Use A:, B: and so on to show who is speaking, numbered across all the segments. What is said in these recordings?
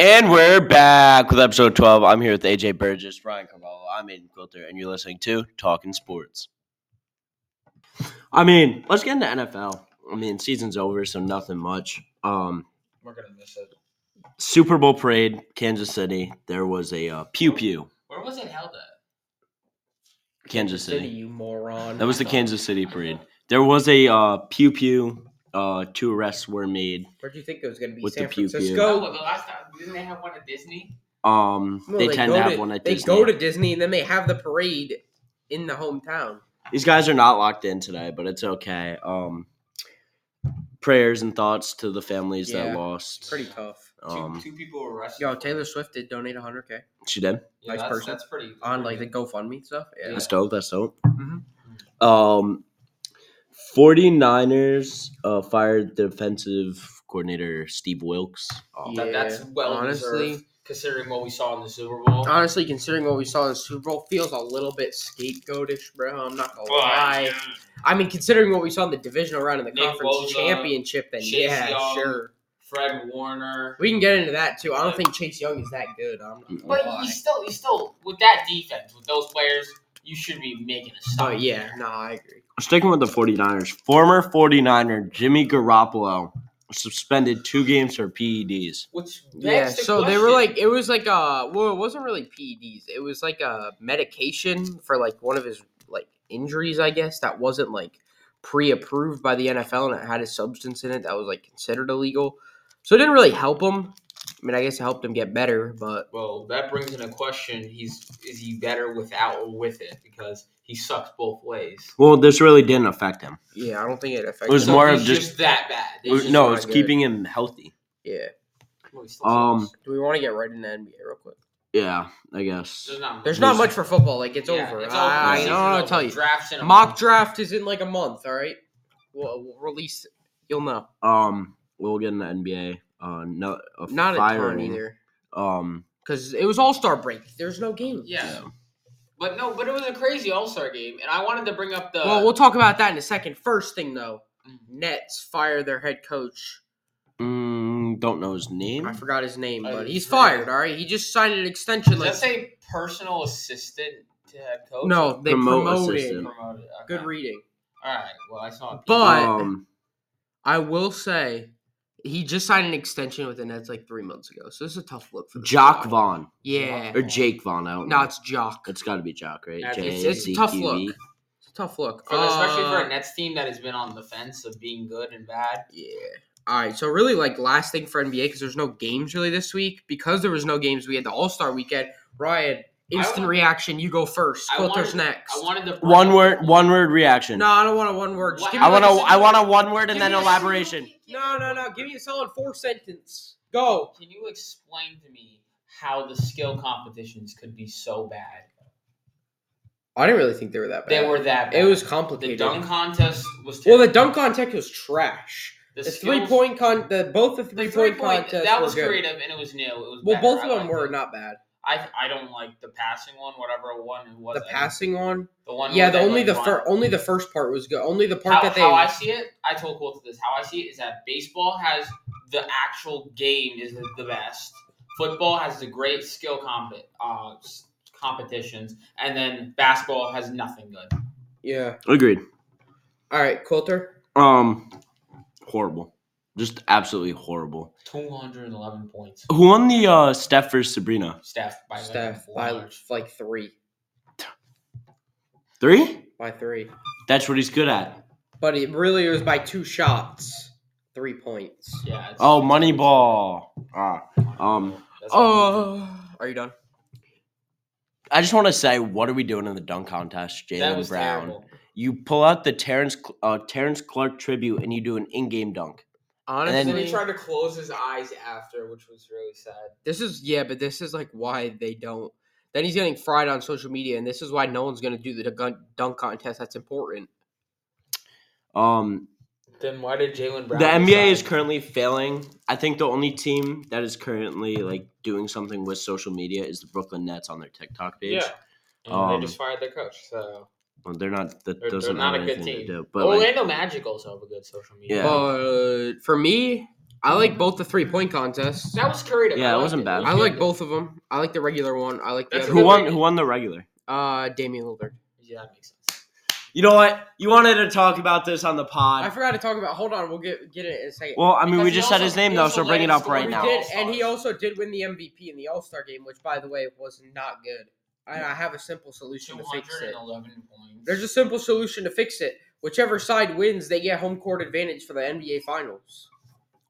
A: And we're back with episode 12. I'm here with AJ Burgess, Ryan Carvalho. I'm Aiden Quilter, and you're listening to Talking Sports. I mean, let's get into NFL. I mean, season's over, so nothing much. Um,
B: We're gonna miss it.
A: Super Bowl parade, Kansas City. There was a uh, pew pew,
C: Where was it held at?
A: Kansas City.
C: you moron.
A: That was the Kansas City parade. There was a uh, pew pew. Uh, two arrests were made.
D: Where do you think it was going to be?
A: With the
D: San
A: pew pew.
C: No,
D: Francisco.
C: but the last time didn't they have one at Disney?
A: Um,
D: No,
A: they, tend
D: go
A: to have one at
D: They
A: Disney.
D: go to Disney and then they have the parade in the hometown.
A: These guys are not locked in today, but it's okay. Um, prayers and thoughts to the families
D: Yeah,
A: that lost.
D: Pretty tough.
A: Um,
C: two, two people were arrested.
D: Yo, Taylor Swift did donate 100k
A: she did.
C: yeah,
D: nice
C: that's,
D: person.
C: That's pretty.
D: on like the GoFundMe stuff. Yeah.
A: That's dope. That's dope.
D: Mhm.
A: Um, 49ers uh, fired defensive coordinator Steve Wilkes. Um,
C: That, that's
D: Yeah,
C: well
D: honestly. Oh,
C: deserved, considering what we saw in the Super Bowl.
D: Honestly, considering what we saw in the Super Bowl, feels a little bit scapegoatish, bro. I'm not gonna lie. I mean, considering what we saw in the divisional round in the
C: Nick
D: conference
C: Bosa,
D: championship, then
C: Chase
D: yeah,
C: Young.
D: sure.
C: Fred Warner.
D: We can get into that too. I don't think Chase Young is that good. I'm not
C: But
D: gonna lie.
C: you still, you still, with that defense, with those players, you should be making a
D: Oh
C: stop.
D: yeah, no, I agree.
A: Sticking with the 49ers, former 49er Jimmy Garoppolo suspended two games for E PEDs.
C: Which
D: Yeah,
C: begs the
D: so they were
C: question,
D: like, it was like a, well, it wasn't really PEDs. It was like a medication for like one of his like injuries, I guess, that wasn't like pre-approved by the NFL and it had a substance in it that was like considered illegal. So it didn't really help him. I mean, I guess it helped him get better, but
C: Well, that brings in a question: He's is he better without or with it? Because he sucks both ways.
A: Well, this really didn't affect him.
D: yeah, I don't think it affected.
A: It was
D: him.
A: more
C: he's
A: of
C: just,
A: just-
C: that bad. It's
A: It-
C: just-
A: no,
D: not
A: it's
D: good.
A: keeping him healty.
D: Yeah.
C: Well, he still
A: Um,
C: sucks.
D: Do we want to get right into NBA real quick?
A: Yeah, I guess.
C: there's not much.
D: There's not
A: Who's-
D: much for football. Like it's
C: Yeah,
D: over.
C: it's
D: I, I
C: Season's
D: don't know what
C: over.
D: to tell you.
C: Drafts in a
D: Mock
C: month.
D: draft is in like a month. All right, we'll, we'll release. it. You'll know.
A: Um, we'll get into NBA. Uh, no, a
D: Not a ton
A: firing.
D: either.
A: Um,
D: because it was All Star break. There's no game.
C: Yeah. But no, but it was a crazy All Star game, and I wanted to bring up the. Mm.
D: Well, we'll talk about that in a second. First thing though, Nets fire their head coach.
A: mm, don't know his name.
D: I forgot his name,
C: I
D: but he's
C: forgot.
D: fired. All right, he just signed an extension.
C: does that
D: Like,
C: say personal assistant to head coach?
D: no, they
A: Promote
D: promoted.
A: assistant.
C: Promoted. Okay.
D: Good reading.
C: All right. Well, I saw. a piece.
D: But
A: um,
D: I will say, he just signed an extension with the Nets like three months ago. So this is a tough look for the
A: Jock Vaughn
D: Yeah,
A: or Jake Vaughn. I don't
D: no,
A: know.
D: it's Jock.
A: it's got to be Jock, right?
C: It's-
A: J-
D: it's a tough look.
A: ZQV.
D: It's a tough look,
C: For- especially for
D: Uh,
C: a Nets team that has been on the fence of being good and bad.
D: Yeah. All right. So really, like last thing for NBA because there's no games really this week because there was no games. We had the All Star weekend. Ryan, instant
C: wa-
D: reaction. You go first.
C: I
D: Quilter's
C: wanted-
D: next.
C: I wanted to. bring
A: One
C: up-
A: word. One word reaction.
D: no, I don't want a one word. Just
C: Wha-
D: give me
A: I
D: like
A: want
D: a
A: to.
D: single-
A: I want a one word and
C: Give
A: then
C: me a
A: elaboration.
D: No, no, no. Give me a solid four sentence. Go.
C: Can you explain to me how the skill competitions could be so bad?
D: I didn't really think they were that
C: They were that bad.
D: Uh, It was
C: the
D: complicated.
C: dunk contest was
D: well,
C: terrible.
D: the dunk contest was trash. The,
C: skills-
D: three point con. The both the three,
C: the three
D: point contests
C: that
D: were
C: was
D: good.
C: creative and it was new. It was
D: Well,
C: better.
D: both
C: I
D: of them
C: liked
D: were
C: it.
D: not bad.
C: I I don't like the passing one, whatever one it was.
D: The
C: I-
D: passing one.
C: the one.
D: Yeah,
C: where
D: the
C: they,
D: only
C: like,
D: the
C: run.
D: fir- only the first part was good. Only the part
C: How,
D: that they
C: how I see it, I told Colt this. How I see it is that baseball has the actual game is the, the best. Football has the great skill comp- uh, s- competitions, and then basketball has nothing good.
D: Yeah.
A: Agreed.
D: All right, Quilter.
A: Um, horrible. Just absolutely horrible.
C: Two hundred and eleven points.
A: Who won the uh, Steph versus Sabrina?
C: Steph by
D: Steph
C: like
D: by
C: 400.
D: like three,
A: Three.
D: by three.
A: That's what he's good at.
D: But it really was by two shots, three points.
C: Yeah. it's-
A: Oh, Moneyball. Ah. Um.
C: That's what
D: Oh, are you done?
A: I just want to say, what are we doing in the dunk contest,
C: I'm- that
A: Jalen
C: was
A: Brown?
C: terrible.
A: You pull out the Terrence Cl- uh, Terrence Clark tribute and you do an in-game dunk.
D: Honestly,
A: And then-
C: he tried to close his eyes after, which was really sad.
D: this is yeah, but this is like why they don't. Then he's getting fried on social media, and this is why no one's gonna do the gun- dunk contest. That's important.
A: Um,
C: Then why did Jalen
A: the
C: Brown?
A: NBA is
C: decide-
A: currently failing. I think the only team that is currently like doing something with social media is the Brooklyn Nets on their TikTok page.
C: Yeah. And
A: Um,
C: they just fired their coach, so
A: Well, they're not. That
C: They're- they're
A: doesn't
C: not
A: have
C: a good
A: anything to
C: team.
A: do. But like,
C: Orlando Magic also have a good social media.
A: Yeah.
D: But for me, I like both the three point contests.
C: That was curried.
A: Yeah, it wasn't bad.
D: I like both of them. I like the regular one. I like the
C: That's
D: other
A: Who
D: one.
A: won? Who won the regular?
D: Uh, Damian Lillard.
C: Yeah, that makes sense.
A: You know what? You wanted to talk about this on the
D: I
A: pod.
D: forgot to talk about. Hold on, we'll get get it in a second.
A: Well, I mean,
C: Because
A: we
C: he
A: just said
C: also-
A: his name
C: he
A: though, so
C: also
A: bring
C: led
A: it
C: his
A: up right
C: scoring.
D: We
A: now.
D: did, and he also did win the MVP in the All Star game, which, by the way, was not good. And I have a simple solution
C: Two
D: to fix
C: hundred
D: it.
C: and eleven points.
D: There's a simple solution to fix it. Whichever side wins, they get home court advantage for the NBA Finals.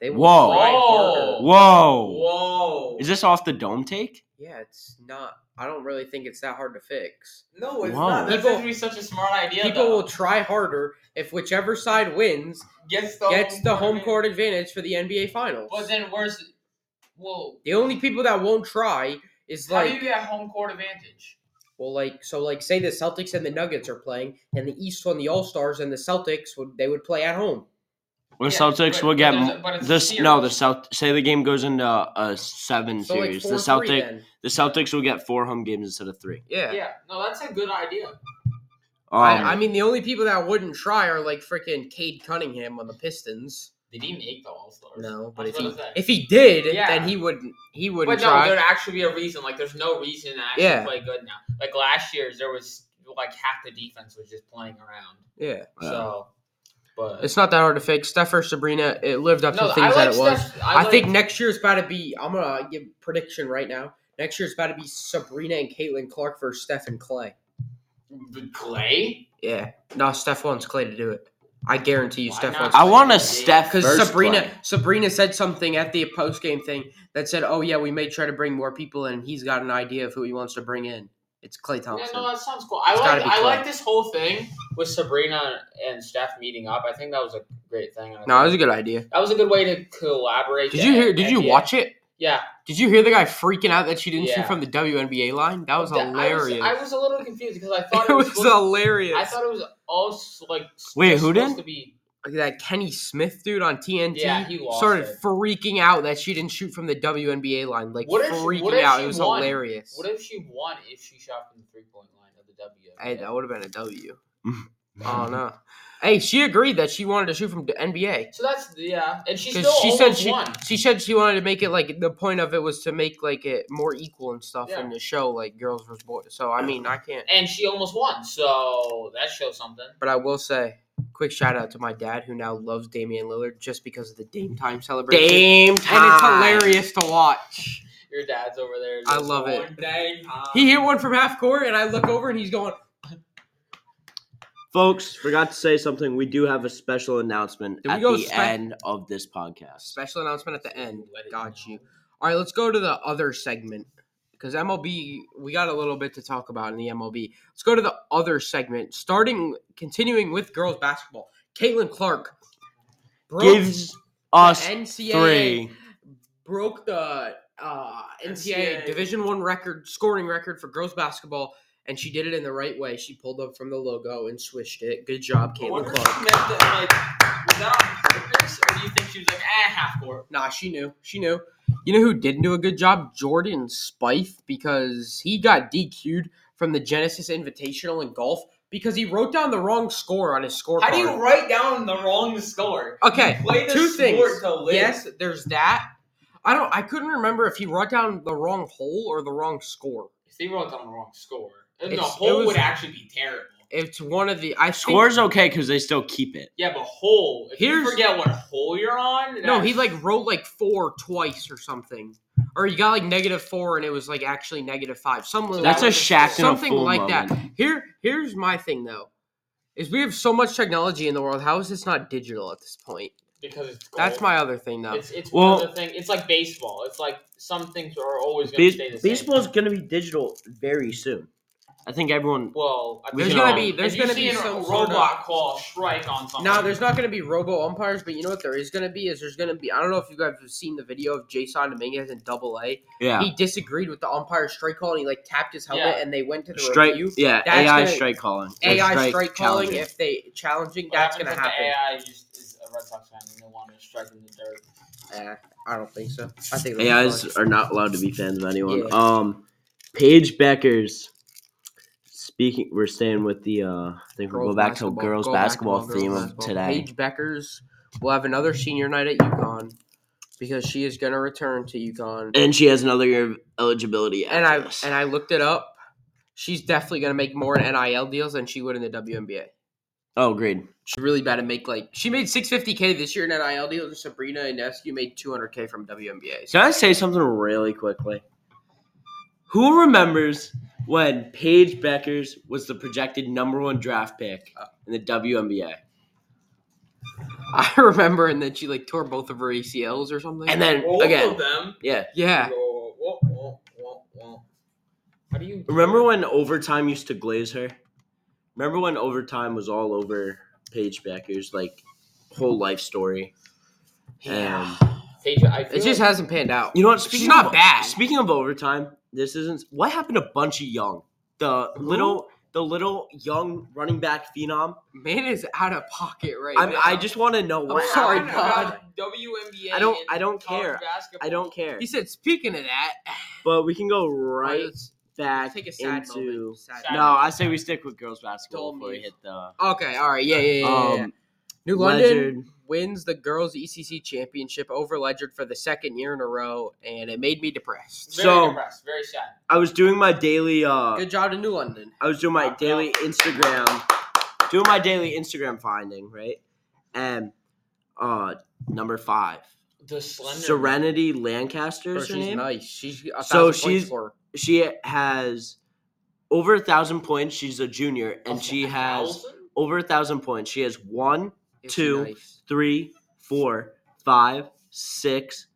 D: They will
A: Whoa.
D: try
C: Whoa.
D: harder.
A: Whoa!
C: Whoa.
A: Is this off the dome take?
D: Yeah, it's not. I don't really think it's that hard to fix.
B: No, it's
A: Wow.
B: not.
C: That's
B: That's
D: People-
C: going to be such a smart idea.
D: People
C: though.
D: will try harder if whichever side wins
C: gets the
D: gets the home
C: advantage.
D: court advantage for the NBA Finals.
C: But then where's well?
D: the only people that won't try is
C: How
D: like
C: do you get home court advantage?
D: Well, like so, like say the Celtics and the Nuggets are playing, and the East won the All Stars, and the Celtics would they would play at home.
A: The
C: Yeah,
A: Celtics
C: but-
A: will
C: but
A: get
C: there's a-
A: m-
C: but it's a
A: this. No, the
C: series.
A: South. Say the game goes into a seven
D: So like
A: series.
D: four
A: the Celtic,
D: three then.
A: the Celtics will get four home games instead of three.
D: Yeah,
C: Yeah, no, that's a good idea.
A: Um,
D: I, I mean the only people that wouldn't try are like freaking Cade Cunningham on the Pistons.
C: Did he make the All Stars?
D: No,
C: I
D: but
C: was
D: if
C: gonna
D: he
C: say.
D: if he did,
C: Yeah.
D: then he wouldn't he
C: But
D: wouldn't
C: no,
D: try.
C: there'd actually be a reason. Like, there's no reason to actually
D: Yeah.
C: play good now. Like last year's, there was like half the defense was just playing around.
D: yeah,
A: Yeah.
C: So, but
D: it's not that hard to fix. Steph or Sabrina, it lived up to the things that it was.
C: Steph-
D: I, think
C: like-
D: next year's about to be. I'm gonna give prediction right now. Next year's about to be Sabrina and Caitlin Clark versus Steph and Clay.
C: Clay.
D: Yeah. No, Steph wants Clay to do it. I guarantee you,
C: Why
D: Steph
C: not?
D: wants.
A: I want a Steph
D: because
A: versus
D: Sabrina
A: Clay.
D: Sabrina said something at the post game thing that said, "Oh yeah, we may try to bring more people in. He's got an idea of who he wants to bring in. It's Clay
C: Yeah,
D: Thompson.
C: no, that sounds cool. I
D: It's gotta
C: like
D: be
C: I
D: Clay.
C: like this whole thing with Sabrina and Steph meeting up. I think that was a great thing. and I
D: no,
C: think-
D: that was a good idea.
C: That was a good way to collaborate.
D: Did
C: to
D: you hear? Did you
C: NBA.
D: watch it?
C: Yeah,
D: Did you hear the guy freaking out that she didn't
C: Yeah.
D: shoot from the WNBA line? That was
C: Th- I
D: hilarious.
C: I was, a little confused because I thought
D: it was
C: supposed-
D: hilarious.
C: I thought it was also like s-
A: Wait,
C: just
A: who
C: supposed
A: did?
C: to be
D: that Kenny Smith dude on TNT
C: Yeah, he lost
D: started
C: it.
D: freaking out that she didn't shoot from the WNBA line, like
C: What if she-
D: freaking
C: what if
D: out.
C: she
D: It was
C: won?
D: hilarious.
C: What if she won if she shot from the three point line of the W?
D: Hey, that would have been a W. oh no. Hey, she agreed that she wanted to shoot from the NBA
C: so that's yeah, and she still
D: because she said
C: almost
D: she
C: won.
D: she said she wanted to make it like the point of it was to make like it more equal and stuff
C: Yeah.
D: and to show like girls versus boys. So I mean, I can't.
C: And she almost won, so that shows something.
D: But I will say, quick shout out to my dad who now loves Damian Lillard just because of the Dame time celebration. and it's hilarious to watch.
C: Your dad's over there.
D: I
C: just
D: love it.
C: going, "Dang, huh?"
D: He hit one from half court, and I look over and he's going.
A: Folks, forgot to say something. We do have a special announcement
D: Did we
A: at
D: go
A: the
D: spe-
A: end of this podcast.
D: Special announcement at the end.
C: Let it
D: Got
C: know.
D: you. All right, let's go to the other segment because MLB, we got a little bit to talk about in the MLB. Let's go to the other segment, starting, continuing with girls basketball. Caitlin Clark broke
A: Gives us
D: the NCAA,
A: three.
D: broke the uh, NCAA,
B: NCAA.
D: Division One record scoring record for girls basketball, and she did it in the right way. She pulled up from the logo and swished it. Good job,
C: I
D: Caitlin
C: wonder if
D: Clark.
C: she meant that, like, was that on purpose, or do you think she was like, ah, half court?
D: Nah, she knew. She knew. You know who didn't do a good job? Jordan Spieth, because he got DQ'd from the Genesis Invitational in golf because he wrote down the wrong score on his scorecard.
C: How do you write down the wrong score?
D: Okay,
C: Play the
D: two
C: sport
D: things.
C: to live.
D: Yes, there's that. I don't. I couldn't remember if he wrote down the wrong hole or the wrong score.
C: If they wrote down the wrong score, then the
D: It's- it
C: hole
D: was-
C: would actually be terrible.
D: It's one of the. I
A: Score's okay because they still keep it.
C: Yeah, but hole. If you
D: Here's-
C: forget what hole you're on,
D: Think, no,
C: that's-
D: he like wrote like four twice or something, or he got like negative four and it was like actually negative five. Some little-
A: That's a
C: was a-
A: Shaq and a
D: something
A: fool
D: like
A: moment.
D: that. Here, here's my thing though, is we have so much technology in the world. How is this not digital at this point?
C: because it's gold.
D: That's my other thing though.
C: It's it's
A: Well-
C: one of the thing. It's like baseball. It's like some things are always going to stay the
A: Be-
C: same.
A: baseball's going to be digital very soon. I think everyone.
C: Well, I
A: There's
C: mean,
A: gonna
C: um,
A: be-
D: there's
C: if you
D: gonna be
C: see a
D: some sort
C: robot
D: of-
C: call a strike on something.
D: No, there's not going to be robo umpires, but you know what there is going to be is there's going to be. I don't know if you guys have seen the video of Jason Dominguez in Double A.
A: Yeah.
D: He disagreed with the umpire's straight call and he like tapped his helmet,
C: Yeah.
D: and they went to the
A: Straight.
D: review.
A: Yeah.
D: That's
A: AI
D: gonna-
A: straight calling. or
D: AI straight, calling
A: challenging.
D: if they challenging.
C: What
D: that's
C: happens
D: going to
C: if
D: happen.
C: The AI just is a Red Sox fan and they want to strike in the dirt.
D: Eh, I don't think so. I think it'll be fine.
A: AIs are not allowed to be fans of anyone.
D: Yeah.
A: Um, Paige Beckers. Speaking, we're staying with the. Uh, I think we'll
D: Girls
A: go back
D: basketball,
A: to girls
D: go
A: basketball
D: basketball, girls
A: theme of
D: basketball.
A: today.
D: Paige Beckers will have another senior night at UConn. because she is going to return to UConn.
A: And she has another year of eligibility.
D: And I
A: after this.
D: and I looked it up. She's definitely going to make more in NIL deals than she would in the WNBA.
A: oh, agreed.
D: She's really bad to make like she made 650k this year in NIL deals. And Sabrina Inescu made 200k from WNBA. So
A: Can I say something really quickly? Who remembers when Paige Beckers was the projected number one draft pick in the WNBA?
D: I remember, and then she like tore both of her ACLs or something.
A: And then
C: Both
A: again,
C: of them.
A: yeah.
D: yeah,
C: Whoa, whoa, whoa, whoa, whoa. How do you
A: Remember when overtime used to glaze her? Remember when overtime was all over Paige Beckers, like whole life story.
D: yeah,
C: Paige, I feel
D: it just
C: like-
D: hasn't panned out.
A: You know what?
D: She's not
A: of,
D: bad.
A: Speaking of overtime, this isn't. What happened to Bunchy Young, the little, the little young running back phenom?
D: Man is out of pocket right
A: I,
D: now.
A: I just want to know what.
D: sorry,
A: happened.
D: Pod.
C: about WNBA.
A: I don't-
C: and
A: I don't
C: college
A: care.
C: basketball.
A: I don't care.
D: He said, speaking of that,
A: But we can go right
D: let's
A: back
D: take a sad
A: into.
D: moment. Sad
C: Sad
A: No,
D: moment.
A: I say we stick with girls basketball
D: Dull
A: before we
D: move.
A: hit the.
D: Okay, all right, yeah, yeah, yeah. yeah, yeah.
A: Um,
D: New London
A: Ledyard.
D: wins the girls' ECC championship over Ledger for the second year in a row, and it made me depressed.
C: Very
A: So-
C: depressed, very sad.
A: I was doing my daily. uh
D: Good job to New London.
A: I was doing my
C: Knock it
A: daily Instagram, doing my daily Instagram finding, right? And uh number five,
C: The slender.
A: Serenity Lancaster.
D: Bro,
A: is her
D: she's
A: name?
D: nice. She's a
A: So
D: thousand points
A: she's-
D: for
A: She has over a thousand points. She's a junior, and she has over a thousand points. She has one,
D: She's
A: two.
D: nice.
A: three, four, five, six,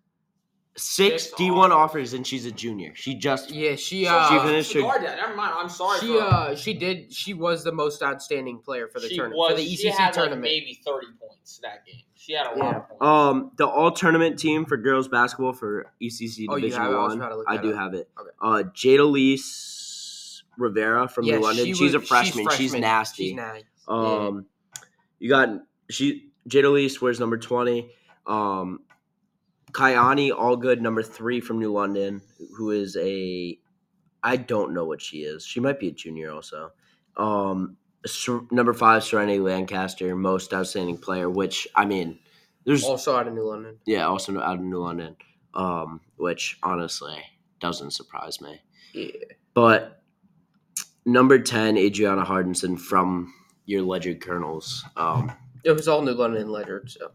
A: six
C: Six
A: D one
C: offers.
A: offers, and she's a junior. She just
D: Yeah, she
A: she
D: uh,
A: finished her-
C: that. Never mind. I'm sorry.
D: she
C: for-
D: uh, she did. She was the most outstanding player for the
C: she
D: tournament
C: was,
D: for the ECC
C: she had like,
D: tournament.
C: maybe 30 points that game. She had a lot
D: Yeah. Oh,
C: of
A: Um,
C: points.
A: the all tournament team for girls basketball for ECC
D: Oh, you
A: Division
D: have it? I was
A: One.
D: about to look
A: I,
D: that
A: do
D: up.
A: have it.
D: Okay.
A: Uh, Jadalise Rivera from
D: Yeah,
A: New London.
D: she
A: she's a
D: was-
A: freshman. She's, nasty.
D: She's nice.
A: um, you got she Jadalise wears number twenty. Um, Kayani All Good number three from New London, who is a I don't know what she is. She might be a junior also. Um, Ser- number five Serenity Lancaster, most outstanding player. Which I mean, there's
D: also out of New London.
A: yeah, also out of New London, um, which honestly doesn't surprise me.
D: Yeah.
A: But number ten, Adriana Hardinson from your Ledger Colonels. Um,
D: It was all New London and Ledyard. So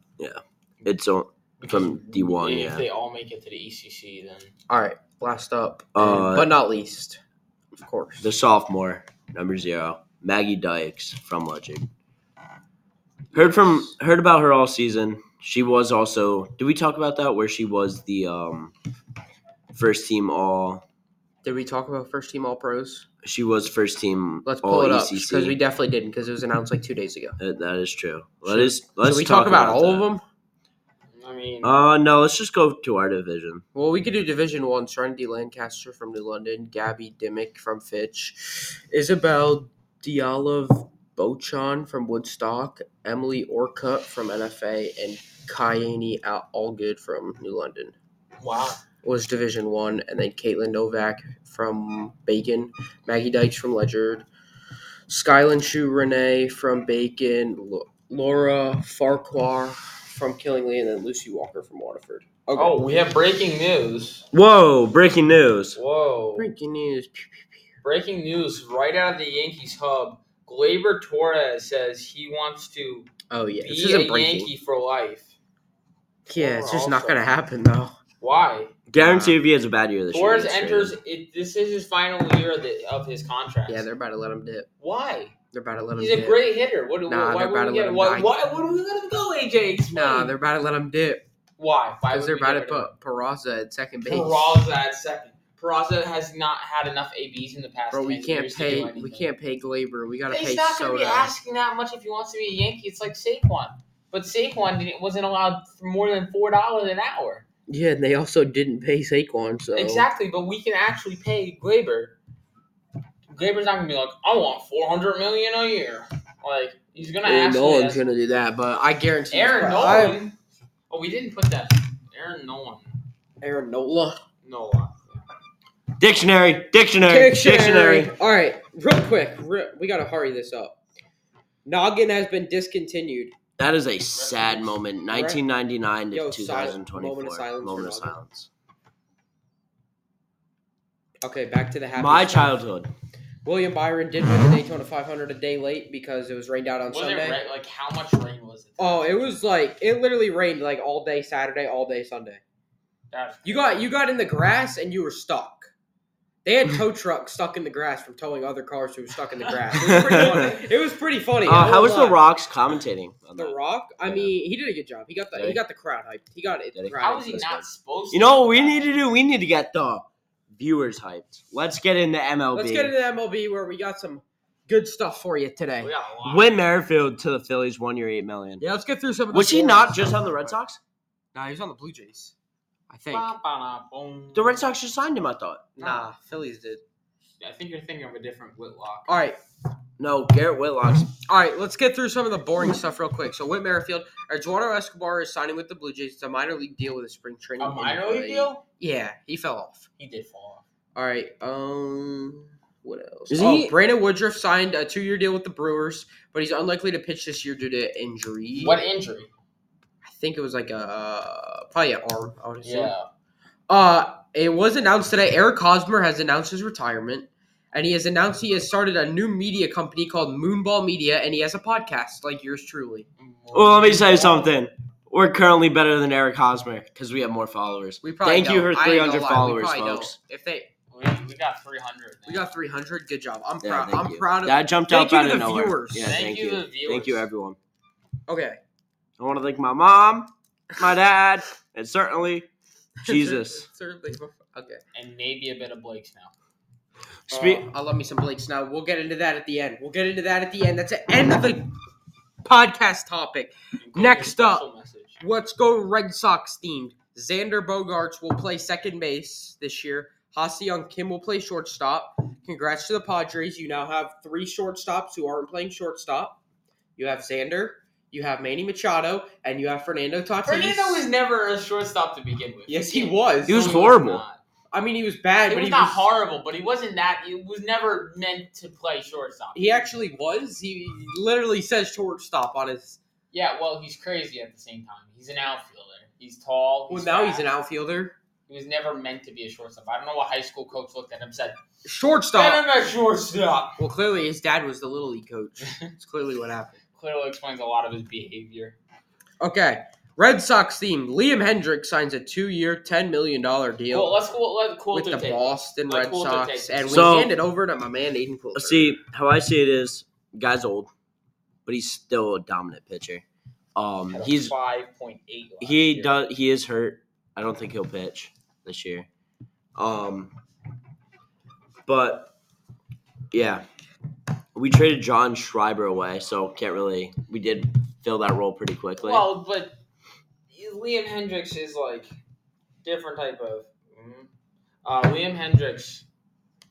A: it's o- from D1,
C: If
A: yeah.
C: they all make it to the ECC, then
D: all right, last up, Um,
A: Uh,
D: but not least, of course.
A: the sophomore, number zero, Maggie Dykes from Ledger. Heard from heard about her all season. She was also. Did we talk about that? Where she was the um, first team all.
D: Did we talk about first team All Pros?
A: She was first team.
D: Let's
A: all
D: pull it up
A: ECC.
D: because we definitely didn't because it was announced like two days ago.
A: That, that is true.
D: Should-
A: Let us let's
D: Should we
A: talk,
D: about, all of
A: that.
D: them?
C: I mean,
A: Uh no, let's just go to our division.
D: Well, we could do Division One. Serenity Lancaster from New London, Gabby Dimmick from Fitch, Isabel Dialov Bochon from Woodstock, Emily Orcutt from NFA, and Kayani Al- Allgood from New London.
C: wow.
D: was Division One, and then Caitlin Novak from Bacon, Maggie Dykes from Ledyard, Skyland Shu Renee from Bacon, L- Laura Farquhar from Killingley, and then Lucy Walker from Waterford. Okay.
C: Oh, we have breaking news.
A: Whoa, breaking news.
C: Whoa.
D: breaking news! Pew, pew, pew.
C: Breaking news right out of the Yankees hub. Glaber Torres says he wants to
D: Oh yeah, this
C: be a
D: isn't breaking.
C: Yankee for life.
D: Yeah, it's just not
C: Also-
D: gonna happen though.
C: Why?
A: Guarantee if he has a bad year this
C: Torres
A: year.
C: enters. It, this is his final year of, the, of his contract.
D: Yeah, they're about to let him dip.
C: Why?
D: They're about to let him.
C: He's
D: dip.
C: a great hitter. What?
D: Nah,
C: why
D: they're about
C: would
D: to
C: we
D: let
C: get?
D: him
C: Why,
D: die.
C: why would we let him go, AJ? Explain.
D: Nah, they're about to let him dip
C: why? Why
D: because
C: would
D: they're
C: we
D: about to
C: get rid of
D: put Peraza at second base.
C: him? Peraza at second. Peraza has not had enough ABs in the past.
D: Bro, we
C: 10
D: can't
C: years to do
D: pay. We
C: anything.
D: can't pay Glaber. We gotta
C: He's
D: pay
C: not
D: Soto.
C: going to be asking that much if he wants to be a Yankee. It's like Saquon, but Saquon didn't, wasn't allowed more than four dollars an hour.
D: Yeah, and they also didn't pay Saquon, so
C: Exactly, but we can actually pay Glaber. Glaber's not going to be like, I want four hundred million a year. Like he's going to
D: Aaron
C: ask.
D: Nolan's
C: Nolan's
D: gonna do that. But I guarantee you-
C: Aaron
D: I-
C: Nolan. Oh, we didn't put that. Aaron Nolan.
D: Aaron Nola,
C: Nolan.
A: Dictionary, dictionary, dictionary.
D: All right, real quick, re- we gotta hurry this up. Noggin has been discontinued.
A: That is a sad moment. 1999 to
D: Yo, silent-
A: 2024.
D: moment of silence
A: Moment
D: for
A: of
D: Robin.
A: silence.
D: Okay, back to the happy.
A: My
D: stuff.
A: childhood.
D: William Byron did win the Daytona 500 a day late because it was rained out on
C: Was it
D: Sunday.
C: ra- like how much rain was it?
D: Oh, it was like it literally rained like all day Saturday, all day Sunday.
C: That's-
D: You got you got in the grass and you were stuck. They had tow trucks stuck in the grass from towing other cars who were stuck in the grass. It was pretty funny. It was pretty funny.
A: Uh, how was
D: Hold
A: The
D: on.
A: Rock's commentating? on
D: The
A: that?
D: Rock. I
A: Yeah.
D: mean, he did a good job. He got the
A: Did
D: he
A: he?
D: got the crowd hyped. He got it.
A: Did he?
D: crowd
C: How was he
D: hyped.
A: That's
C: not
A: good.
C: supposed?
A: You
C: to
A: know
C: do
A: what we
C: that?
A: need to do? We need to get the viewers hyped. Let's get into MLB.
D: Let's get into MLB where we got some good stuff for you
A: Oh,
D: today.
C: We got a lot.
A: Win Merrifield to the Phillies, one year, eight million.
D: Yeah, let's get through some. of the
A: Was he
D: scores.
A: not just on the Red Sox?
D: Nah, he was on the Blue Jays. I think.
C: Ba-ba-da-boom.
A: The Red Sox just signed him. I thought.
D: Nah, Phillies did.
C: I think you're thinking of a different Whitlock.
D: All right,
A: No, Garrett Whitlock's.
D: all right. Let's get through some of the boring stuff real quick. So, Whit Merrifield, or Eduardo Escobar is signing with the Blue Jays. It's a minor league deal with a spring training.
C: A minor
D: injury.
C: league deal?
D: Yeah, he fell off.
C: He did fall
D: All right. Um, what else?
A: Is
D: oh,
A: he-
D: Brandon Woodruff signed a two-year deal with the Brewers, but he's unlikely to pitch this year due to injury.
C: off. What injury?
D: I think it was like a uh, probably an arm. I would assume.
C: Yeah.
D: Uh, it was announced today. Eric Hosmer has announced his retirement, and he has announced he has started a new media company called Moonball Media, and he has a podcast like yours truly.
A: Well, let me say something. We're currently better than Eric Hosmer because we have more followers.
D: We probably
A: Thank you
D: don't.
A: for
D: I ain't
A: 300
D: gonna lie, we
A: followers,
D: probably don't.
A: folks.
D: If they
C: We, we got 300.
D: we
C: now.
D: got three hundred, good job. I'm
A: Yeah,
D: proud.
A: thank
D: I'm
A: you.
D: proud of.
A: That jumped
D: Thank
A: out
D: you
A: out
D: to
A: of
D: the
A: nowhere.
D: viewers.
A: Yeah,
C: Thank
A: thank,
C: you
A: you.
C: to the viewers.
A: Thank you, everyone.
D: Okay,
A: I want to thank my mom, my dad, and certainly
D: Oh,
A: Jesus.
D: Certainly. Okay.
C: and maybe a bit of Blake's now.
A: Spe-
D: Uh, I love me some Blake's. Now we'll get into that at the end. We'll get into that at the end. That's the end of the podcast topic.
C: Including
D: Next
C: a special message.
D: Let's go Red Sox themed. Xander Bogarts will play second base this year. Haseon Kim will play shortstop. Congrats to the Padres. You now have three shortstops who aren't playing shortstop. You have Xander, you have Manny Machado, and you have Fernando Tatis.
C: Fernando was never a shortstop to begin with.
D: yes, he was.
A: He was
C: No,
A: horrible.
C: not.
D: I mean, he was bad,
C: It
D: but
C: was
D: he
C: not
D: was
C: horrible, but he wasn't that. It was never meant to play shortstop.
D: He actually was. He literally says shortstop on his.
C: Yeah, well, he's crazy at the same time. He's an outfielder. He's tall.
D: Well, now he's
C: fast.
D: an outfielder.
C: He was never meant to be a shortstop. I don't know what high school coach looked at him and said,
D: Shortstop.
C: "Get him a shortstop."
D: Well, clearly his dad was the little league coach. That's clearly what happened.
C: Clearly explains a lot of his behavior.
D: Okay. Red Sox theme. Liam Hendricks signs a two-year, ten million dollar deal
C: Well, let's cool. Let's cool
D: with the
C: to take.
D: Boston
C: Like,
D: Red
C: cool to
D: Sox,
C: take.
D: and we
A: So-
D: hand it over to my man Aiden Quilter.
A: See how I see it is, guy's old, but he's still a dominant pitcher. Um,
C: Had a
A: he's
C: 5.8. last
A: he
C: year.
A: does he is hurt. I don't think he'll pitch this year. Um, but yeah, we traded John Schreiber away, so can't really. We did fill that role pretty quickly.
C: Well, but Liam Hendricks is like different type of. Uh, Liam Hendricks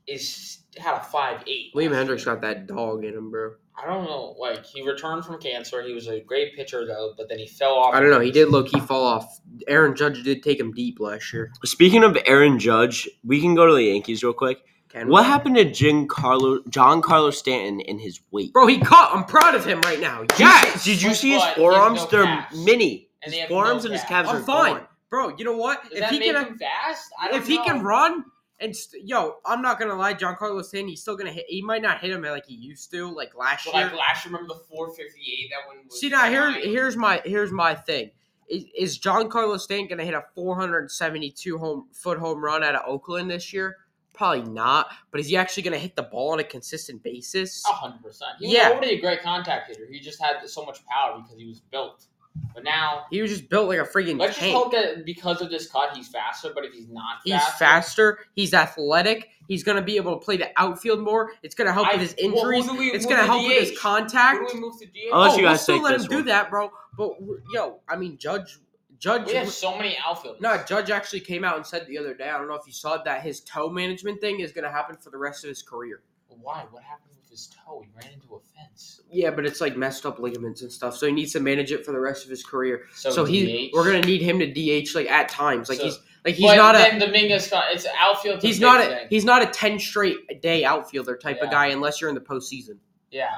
C: is had a five eight.
D: Liam Hendricks got that dog in him, bro.
C: I don't know. Like he returned from cancer. He was a great pitcher though, but then he fell off.
D: I don't know. He did low key fall off. Aaron Judge did take him deep last year.
A: Speaking of Aaron Judge, we can go to the Yankees real quick.
D: Can
A: What
D: we-
A: happened to Giancarlo John Carlos Stanton in his weight?
D: Bro, he caught. I'm proud of him right now.
A: Yes.
D: Yes.
A: Did you
C: But-
A: see his
C: but he has
A: forearms?
C: no
A: They're
C: calves.
A: mini.
C: And they
A: his
C: have
A: forearms
C: no
A: and his
C: calves.
A: calves
D: I'm
A: are
D: fine,
A: gone.
D: bro. You know what?
C: Does that make him fast? I don't
D: if he
C: know.
D: can run and st- yo, I'm not gonna lie, John Carlos Stanton, he's still gonna hit. He might not hit him like he used to, like last
C: But,
D: year.
C: like last year, remember the four fifty eight? That one. Was
D: See now here,
C: fine.
D: here's my here's my thing. Is, is John Carlos Stanton gonna hit a 472 home foot home run out of Oakland this year? Probably not. But is he actually gonna hit the ball on a consistent basis?
C: A hundred percent. He
D: Yeah.
C: was already a great contact hitter. He just had so much power because he was built. But now
D: He was just built like a freaking
C: Let's just
D: tank.
C: hope that because of this cut, he's faster. But if he's not,
D: He's faster. He's athletic. He's going to be able to play the outfield more. It's going to help oh,
C: I-
D: with his
C: well, who
D: injuries.
C: do we
D: it's
C: move
D: going to
C: to
D: help with his
C: DH?
D: contact.
C: Who do we move to DH?
A: Unless
D: oh,
A: you
D: we'll
A: guys
D: still
A: take
D: let him
A: this
D: do
A: one.
D: that, bro. But we're- yo, I mean, Judge, Judge,
C: we have so many outfielders.
D: no, Judge actually came out and said the other day. I don't know if you saw it, that his toe management thing is going to happen for the rest of his career.
C: Why? What happened with his toe? He ran into a fence.
D: Yeah, but it's like messed up ligaments and stuff, so he needs to manage it for the rest of his career.
C: So,
D: So, he,
C: DH?
D: we're gonna need him to DH like at times. Like
C: So-
D: he's like he's
C: But
D: not a
C: then Dominguez. Got, it's outfield. to
D: He's
C: big
D: not a
C: thing.
D: he's not a ten straight day outfielder type of
C: Yeah.
D: guy unless you're in the postseason.
C: yeah.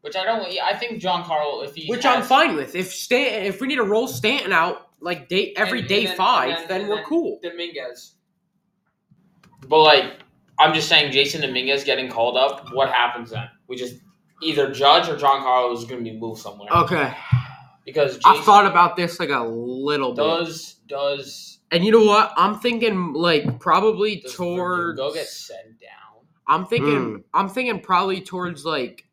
C: Which I don't. I think John Carl, if he
D: which
C: has-
D: I'm fine with. If Stanton, if we need to roll Stanton out like day every
C: And-
D: day
C: and then-
D: five,
C: and then-
D: then
C: and
D: we're
C: then-
D: cool.
C: Dominguez. But like, I'm just saying, Jason Dominguez getting called up. What happens then? We just either Judge or John Carlos is going to be moved somewhere
D: Okay,
C: because Jason
D: I've thought about this like a little bit,
C: does does
D: and you know what? I'm thinking like probably
C: does
D: towards.
C: Verdugo get sent down?
D: I'm thinking.
A: Mm.
D: I'm thinking probably towards like,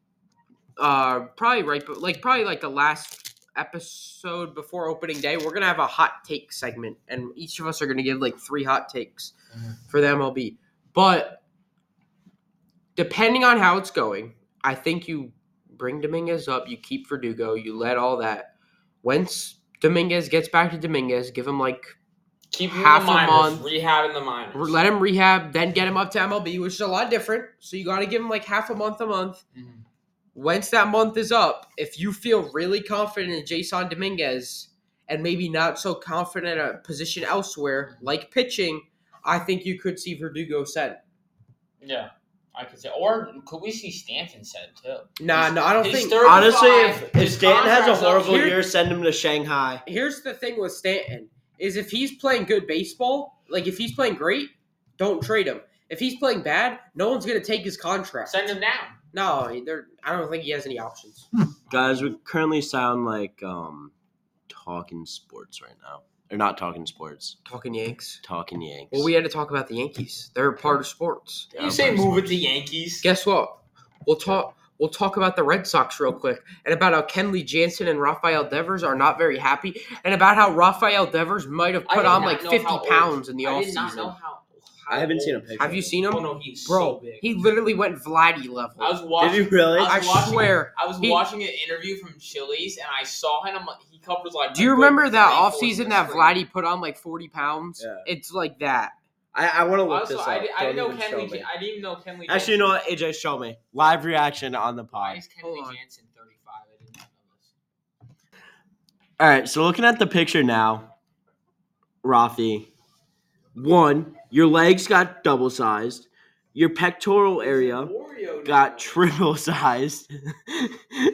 D: uh, probably right, but like probably like the last episode before opening day, we're gonna have a hot take segment, and each of us are gonna give like three hot takes
C: Mhm.
D: for the MLB. But depending on how it's going, I think you bring Dominguez up, you keep Verdugo, you let all that. Once Dominguez gets back to Dominguez, give him like
C: Keep him
D: Half
C: in
D: a
C: the minors,
D: month.
C: rehab in the minors.
D: let him rehab, then get him up to MLB, which is a lot different. So you got to give him like half a month, a month.
C: Mhm.
D: Once that month is up, if you feel really confident in Jason Dominguez and maybe not so confident at a position elsewhere, like pitching, I think you could see Verdugo sent.
C: yeah, I could say. Or could we see Stanton sent too?
D: Nah,
C: He's-
D: no, I don't
C: he's
D: think.
C: 30.
A: Honestly, if, if
C: His
A: Stanton has a
C: contract's up
A: horrible
D: here.
A: year, send him to Shanghai.
D: Here's the thing with Stanton is if he's playing good baseball, like if he's playing great, don't trade him. If he's playing bad, no one's gonna take his contract.
C: Send him down.
D: No, they're, I don't think he has any options.
A: Guys, we currently sound like um talking sports right now. Or not talking sports,
D: Talking Yanks.
A: talking Yanks.
D: Well, we had to talk about the Yankees. They're a part of sports.
A: Yeah,
C: you say
A: but-
C: move it to Yankees.
D: Guess what? We'll talk. We'll talk about the Red Sox real quick, and about how Kenley Jansen and Rafael Devers are not very happy, and about how Rafael Devers might have
C: I
D: put
C: did
D: on
C: not
D: like
C: know
D: fifty
C: how old-
D: pounds in the
C: I did not know
D: offseason.
C: how. how
A: I haven't seen a
C: old-
A: picture.
D: Have you seen him,
C: Oh no, he's so
D: bro?
C: big.
D: he literally went Vladdy level.
C: I was
A: Did
C: watching.
A: you really?
C: I
D: I
C: was watching-
D: swear.
C: I was
D: He-
C: watching an interview from Chili's and I saw him. like, He covers like.
D: Do you
C: a good
D: remember that
C: three, four
D: offseason
C: years
D: that
C: straight.
D: Vladdy put on like forty pounds?
A: Yeah.
D: It's like that.
A: I, I want to look
C: Also,
A: this
C: I,
A: up.
C: did, I didn't know
A: Don't even show
C: Kenley.
A: me.
C: Jan- I didn't even know Kenley.
A: Actually, you know what? AJ, show me. Live reaction on the
C: why
A: pod.
C: is Kenley
D: Hold on.
C: Jansen thirty five? I didn't know this.
A: All right, so looking at the picture now, Rafi, one, your legs got double sized, your pectoral area
C: Oreo
A: got
C: now.
A: triple sized,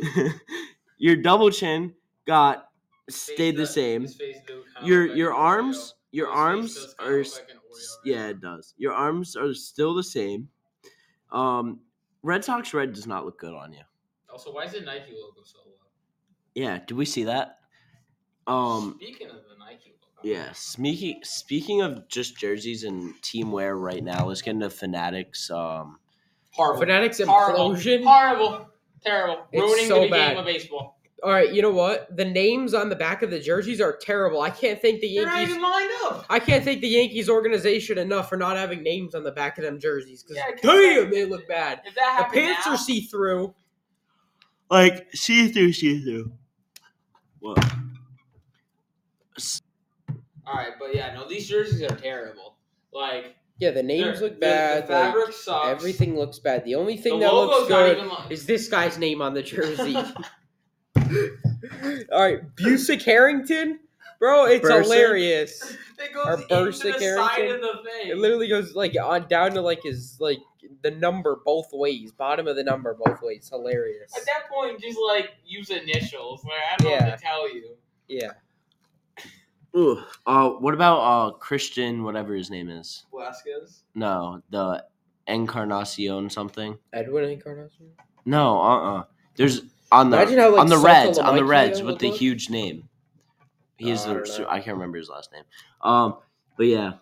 A: your double chin got
C: His
A: stayed the
C: face
A: same.
C: does- his face do kind of
A: Your
C: look like
A: your
C: an
A: arms,
C: Oreo.
A: your
C: His face
A: arms
C: does kind of
A: are
C: look like an Oreo
A: s-
C: right
A: yeah, it does. Your arms are still the same. Um, Red Sox red does not look good on you.
C: now. Also, why is the Nike logo so low?
A: Yeah, did we see that? Um,
C: Speaking of the Nike logo.
A: yeah. Speaking speaking of just jerseys and team wear right now, let's get into Fanatics. Um,
C: Horrible.
D: Fanatics
C: horrible.
D: implosion.
C: Horrible. Terrible.
D: It's
C: Ruining
D: so
C: the
D: bad.
C: game of baseball.
D: All right, you know what? The names on the back of the jerseys are terrible. I can't thank the
C: They're not
D: Yankees
C: even lined up.
D: I can't thank the Yankees organization enough for not having names on the back of them jerseys because
C: Yeah, 'cause
D: damn,
C: that-
D: they look bad.
C: If that
D: The
C: happened
D: pants
C: now,
D: are see through.
A: like see through, see through. What?
C: All right, but yeah, no, these jerseys are terrible. Like
D: Yeah, the
C: they're-
D: names
C: the-
D: look bad.
C: The
D: like,
C: fabric sucks.
D: everything looks bad. The only
C: The
D: thing that looks
C: logo's not
D: good
C: even like.
D: is this guy's name on the jersey. All right, Busick Harrington, bro, it's
A: Bursick?
D: hilarious.
C: It goes
D: Or
C: into the
D: Bursick
C: side
D: Harrington.
C: of the thing.
D: It literally goes like on down to like his like the number both ways, bottom of the number both ways. Hilarious.
C: At that point, just like use initials. Like I don't know
D: Yeah.
C: what to tell you.
D: Yeah.
A: Ooh. Uh, what about uh Christian, whatever his name is?
C: Velasquez.
A: No, the Encarnacion something.
D: Edwin Encarnacion.
A: No, uh, uh There's on the
D: Imagine how, like,
A: on the
D: Sokol
A: Reds on the
D: Lemaike
A: Reds
D: would
A: with the
D: look.
A: huge name. He's
D: Uh, I don't
A: the
D: know.
A: I can't remember his last name. Um, but yeah,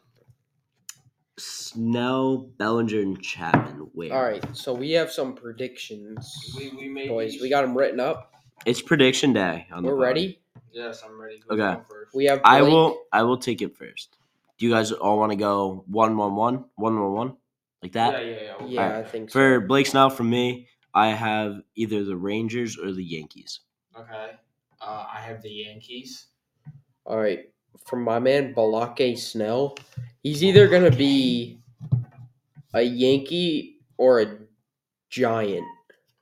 A: Snell, Bellinger, and Chapman. Wait,
D: All right, so we have some predictions,
C: We we made
D: boys.
C: these-
D: We got them written up.
A: it's prediction day. On the
D: We're
A: pod.
D: ready.
C: Yes, I'm ready.
A: Okay.
C: going first?
D: We have.
A: I
D: Blake.
A: will. I will take it first. Do you guys all want to go one one one one one one like that?
C: yeah, yeah, yeah.
D: Yeah,
A: Alright.
D: I think so.
A: For Blake Snell, from me, I have either the Rangers or the Yankees.
C: Okay. Uh, I have the Yankees.
D: All right, from my man Balake Snell, he's either gonna be a Yankee or a Giant.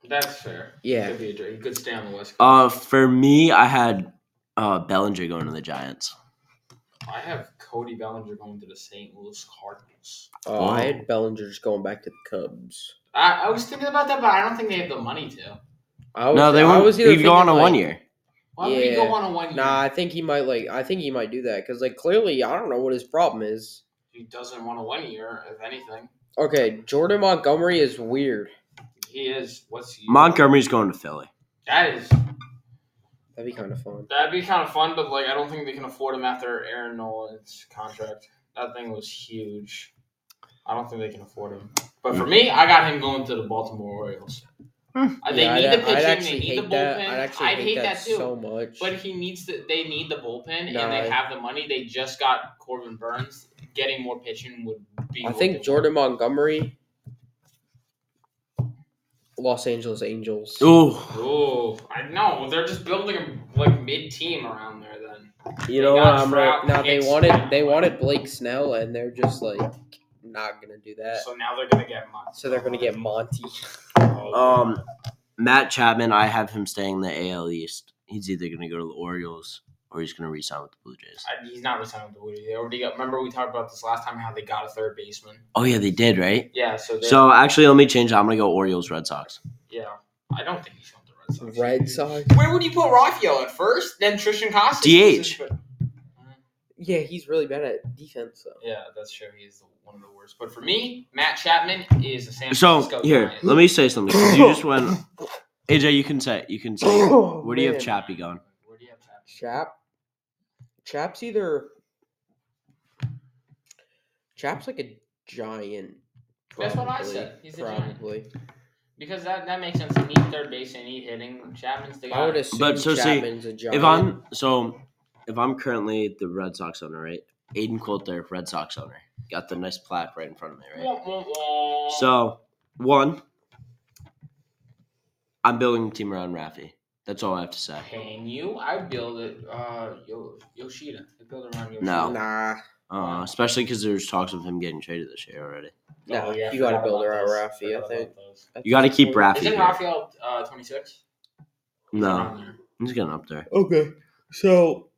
C: That's fair.
D: Yeah.
C: Could be a Drake. He could stay on the West Coast.
A: Uh, for me, I had uh Bellinger going to the Giants.
C: I have Cody Bellinger going to the St. Louis Cardinals.
D: Oh, I
A: Oh.
D: had Bellinger just going back to the Cubs.
C: I, I was thinking about that, but I don't think they have the money to.
D: I was,
A: no, they
D: I
A: won't.
D: was
A: You
D: either
A: can go
D: thinking,
A: on a
D: like-
A: one year.
C: Why would he go
D: Yeah.
C: on a one year?
D: Nah, I think he might like. I think he might do that because like clearly, I don't know what his problem is.
C: He doesn't want a one year, if anything.
D: Okay, Jordan Montgomery is weird.
C: He is. What's he?
A: Montgomery's going to Philly.
C: That is.
D: That'd be kind of fun.
C: That'd be kind of fun, but like I don't think they can afford him after Aaron Nolan's contract. That thing was huge. I don't think they can afford him. But for me, I got him going to the Baltimore Orioles. Uh, They
D: Yeah,
C: need
D: I'd,
C: the pitching.
D: I'd
C: they
D: actually
C: need the
D: hate
C: bullpen.
D: that. I'd actually
C: I'd
D: hate, that,
C: too.
D: so much.
C: But he needs to. They need the bullpen,
D: Nah.
C: and they have the money. They just got Corbin Burns. Getting more pitching would be.
D: I
C: what they
D: think
C: want.
D: Jordan Montgomery, Los Angeles Angels.
A: Ooh,
C: Oh, I know. They're just building a like mid team around there. Then
A: you
C: know
A: know what?
C: what, got I'm
A: I'm
C: Trout. right-
D: Now they
C: It's-
D: wanted they wanted Blake Snell, and they're just like not gonna do that.
C: so now they're gonna get Monty.
D: So they're gonna get Monty.
A: Um, Matt Chapman, I have him staying in the AL East. He's either going to go to the Orioles or he's going to resign with the Blue Jays.
C: I, he's not resigning with the Woody. They already got. Remember we talked about this last time how they got a third baseman.
A: Oh yeah, they did right.
C: Yeah. So they,
A: So actually, let me change. that. I'm going to go Orioles, Red Sox.
C: yeah, I don't think he's going to the Red Sox.
D: Red Sox.
C: Where would you put Raphael at first? Then Tristan Costa.
A: DH.
D: Yeah, he's really bad at defense though.
C: Yeah, that's true. He's the, one of the worst. But for me, Matt Chapman is a San Francisco.
A: So here,
C: Giant.
A: let me say something. 'cause You just went. AJ, you can say. You can say. Where do you have
D: Man.
A: Chappie going?
C: Where do you have Chapman?
D: Chap. Chap's either. Chap's like a giant.
C: That's what I
D: probably,
C: said. He's a giant.
D: probably.
C: Because that, that makes sense. You need third base and you need hitting. Chapman's the guy.
D: I would assume
A: But so see,
D: Chapman's a giant.
A: If I'm so, if I'm currently the Red Sox owner, right? Aiden Coulter, Red Sox owner, got the nice plaque right in front of me, right?
C: Wah, wah, wah.
A: So one, I'm building a team around Rafi. That's all I have to say.
C: Can you? I build it. Uh, Yo- Yoshida. I build around Yoshida.
A: No.
D: nah,
A: Uh, especially because there's talks of him getting traded this year already.
D: No,
C: Oh, yeah, I
D: you gotta
C: forgot
D: build
C: about
D: around
C: those.
D: Rafi, I
C: Forgot about
D: think.
C: those.
A: You got to keep Rafi.
C: Isn't
A: here.
C: Raphael uh, 26?
D: Oh.
A: No, he's getting up there.
D: Okay, so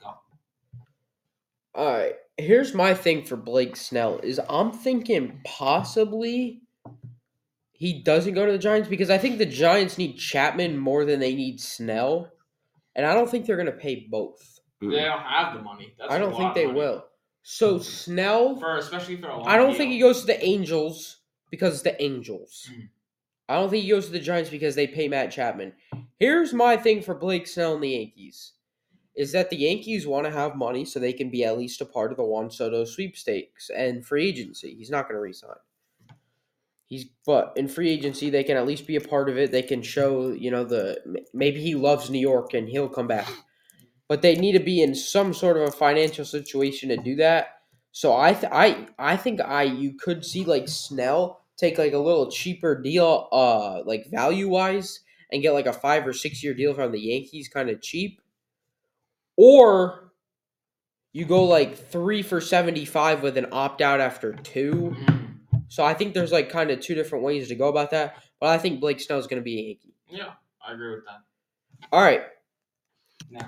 C: Go.
D: all right. Here's my thing for Blake Snell is I'm thinking possibly he doesn't go to the Giants because I think the Giants need Chapman more than they need Snell, and I don't think they're gonna pay both.
A: Mm.
C: They don't have the money. That's
D: I
C: a
D: don't
C: lot
D: think
C: of
D: they
C: money.
D: will. So Snell,
C: For, especially for a long
D: I don't
C: deal.
D: think he goes to the Angels because it's the Angels.
C: Mm.
D: I don't think he goes to the Giants because they pay Matt Chapman. Here's my thing for Blake Snell and the Yankees is that the Yankees want to have money so they can be at least a part of the Juan Soto sweepstakes and free agency. He's not going to resign. He's but in free agency they can at least be a part of it. They can show, you know, the m- maybe he loves New York and he'll come back. But they need to be in some sort of a financial situation to do that. So I th- I I think I you could see like Snell take like a little cheaper deal uh like value wise and get like a 5 or 6 year deal from the Yankees kind of cheap or you go like 3 for 75 with an opt out after 2.
C: Mm.
D: So I think there's like kind of two different ways to go about that, but I think Blake Snell's going to be a Yankee.
C: Yeah, I agree with that.
D: All right.
C: No.